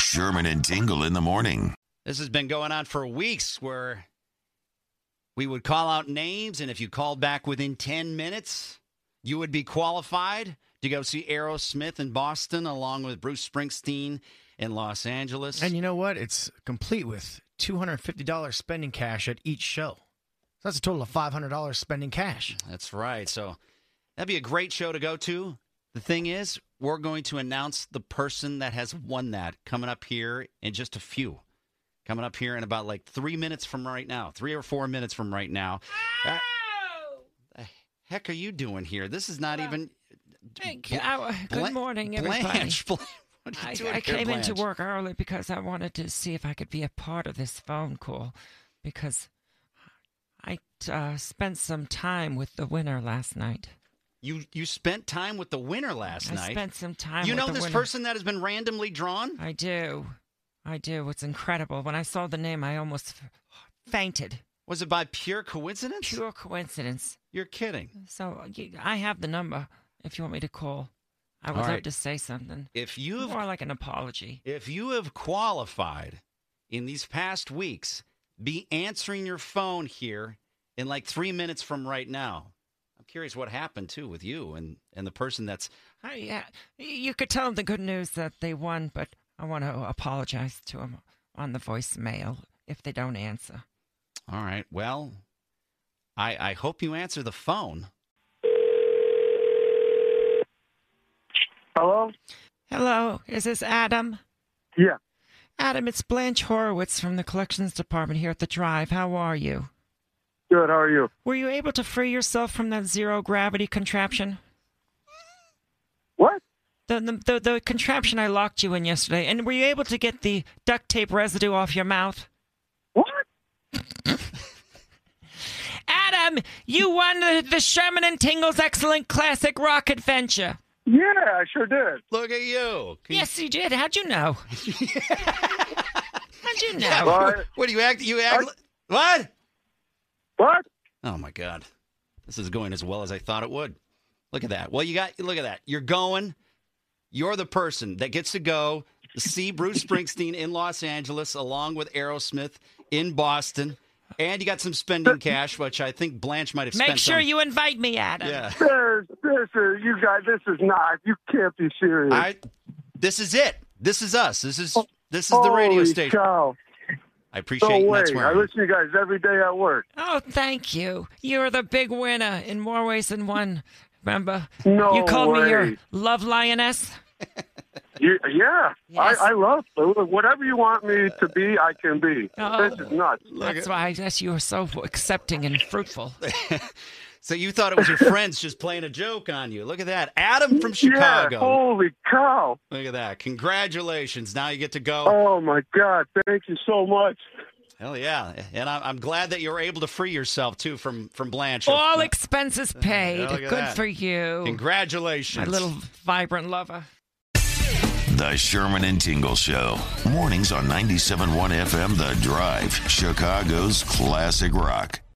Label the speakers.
Speaker 1: Sherman and Tingle in the morning.
Speaker 2: This has been going on for weeks where we would call out names, and if you called back within 10 minutes, you would be qualified to go see Aerosmith in Boston along with Bruce Springsteen in Los Angeles.
Speaker 3: And you know what? It's complete with $250 spending cash at each show. So that's a total of $500 spending cash.
Speaker 2: That's right. So that'd be a great show to go to. The thing is, we're going to announce the person that has won that coming up here in just a few. Coming up here in about like three minutes from right now, three or four minutes from right now. Uh, the heck are you doing here? This is not even.
Speaker 4: Thank you. Oh, good
Speaker 2: Blan-
Speaker 4: morning, everybody.
Speaker 2: Blanche, Blanche, what are you
Speaker 4: I,
Speaker 2: doing
Speaker 4: I
Speaker 2: here,
Speaker 4: came into
Speaker 2: Blanche?
Speaker 4: work early because I wanted to see if I could be a part of this phone call because I uh, spent some time with the winner last night.
Speaker 2: You you spent time with the winner last
Speaker 4: I
Speaker 2: night.
Speaker 4: spent some time.
Speaker 2: you
Speaker 4: with
Speaker 2: know
Speaker 4: the
Speaker 2: this
Speaker 4: winner.
Speaker 2: person that has been randomly drawn.
Speaker 4: I do. I do. It's incredible. When I saw the name, I almost f- fainted.
Speaker 2: Was it by pure coincidence?
Speaker 4: Pure coincidence.
Speaker 2: You're kidding.
Speaker 4: So y- I have the number if you want me to call. I would
Speaker 2: All
Speaker 4: love
Speaker 2: right.
Speaker 4: to say something.
Speaker 2: If you've
Speaker 4: More like an apology.
Speaker 2: If you have qualified in these past weeks, be answering your phone here in like three minutes from right now. I'm curious what happened too with you and, and the person that's
Speaker 4: I, yeah, y- you could tell them the good news that they won, but I want to apologize to them on the voicemail if they don't answer.
Speaker 2: all right. Well, I I hope you answer the phone.
Speaker 5: Hello?
Speaker 4: Hello, is this Adam?
Speaker 5: Yeah.
Speaker 4: Adam, it's Blanche Horowitz from the collections department here at the Drive. How are you?
Speaker 5: Good. How are you?
Speaker 4: Were you able to free yourself from that zero gravity contraption?
Speaker 5: What?
Speaker 4: The, the, the, the contraption I locked you in yesterday. And were you able to get the duct tape residue off your mouth?
Speaker 5: What?
Speaker 4: Adam, you won the, the Sherman and Tingle's Excellent Classic Rock Adventure.
Speaker 5: Yeah, I sure did.
Speaker 2: Look at you. Can you-
Speaker 4: Yes, you did. How'd you know? How'd you know?
Speaker 5: Well,
Speaker 2: what, what do you act? You act?
Speaker 5: I-
Speaker 2: what?
Speaker 5: What?
Speaker 2: Oh my God, this is going as well as I thought it would. Look at that. Well, you got look at that. You're going. You're the person that gets to go see Bruce Springsteen in Los Angeles along with Aerosmith in Boston, and you got some spending cash, which I think Blanche might have spent.
Speaker 4: Make sure
Speaker 2: some-
Speaker 4: you invite me, Adam.
Speaker 2: Yeah.
Speaker 5: There's, this is, you guys, this is not, you can't be serious.
Speaker 2: I. This is it. This is us. This is this is the radio
Speaker 5: Holy
Speaker 2: station.
Speaker 5: Cow.
Speaker 2: I appreciate
Speaker 5: No
Speaker 2: you.
Speaker 5: way.
Speaker 2: That's where
Speaker 5: I listen to you guys every day at work.
Speaker 4: Oh, thank you. You're the big winner in more ways than one. Remember?
Speaker 5: No
Speaker 4: You called me your
Speaker 5: way.
Speaker 4: love lioness.
Speaker 5: You, yeah.
Speaker 4: Yes.
Speaker 5: I, I love whatever you want me to be, I can be.
Speaker 4: Oh.
Speaker 5: This is nuts.
Speaker 4: That's why I guess you were so accepting and fruitful.
Speaker 2: so you thought it was your friends just playing a joke on you. Look at that. Adam from
Speaker 5: Yeah.
Speaker 2: Chicago.
Speaker 5: Holy cow.
Speaker 2: Look at that. Congratulations. Now you get to go.
Speaker 5: Oh my God. Thank you so much.
Speaker 2: Hell yeah. And I'm, I'm glad that you were able to free yourself too from, from Blanche.
Speaker 4: All expenses paid.
Speaker 2: Yeah, look at
Speaker 4: Good
Speaker 2: that.
Speaker 4: for you.
Speaker 2: Congratulations.
Speaker 4: My little vibrant lover.
Speaker 1: The Sherman and Tingle Show. Mornings on 97.1 FM The Drive, Chicago's classic rock.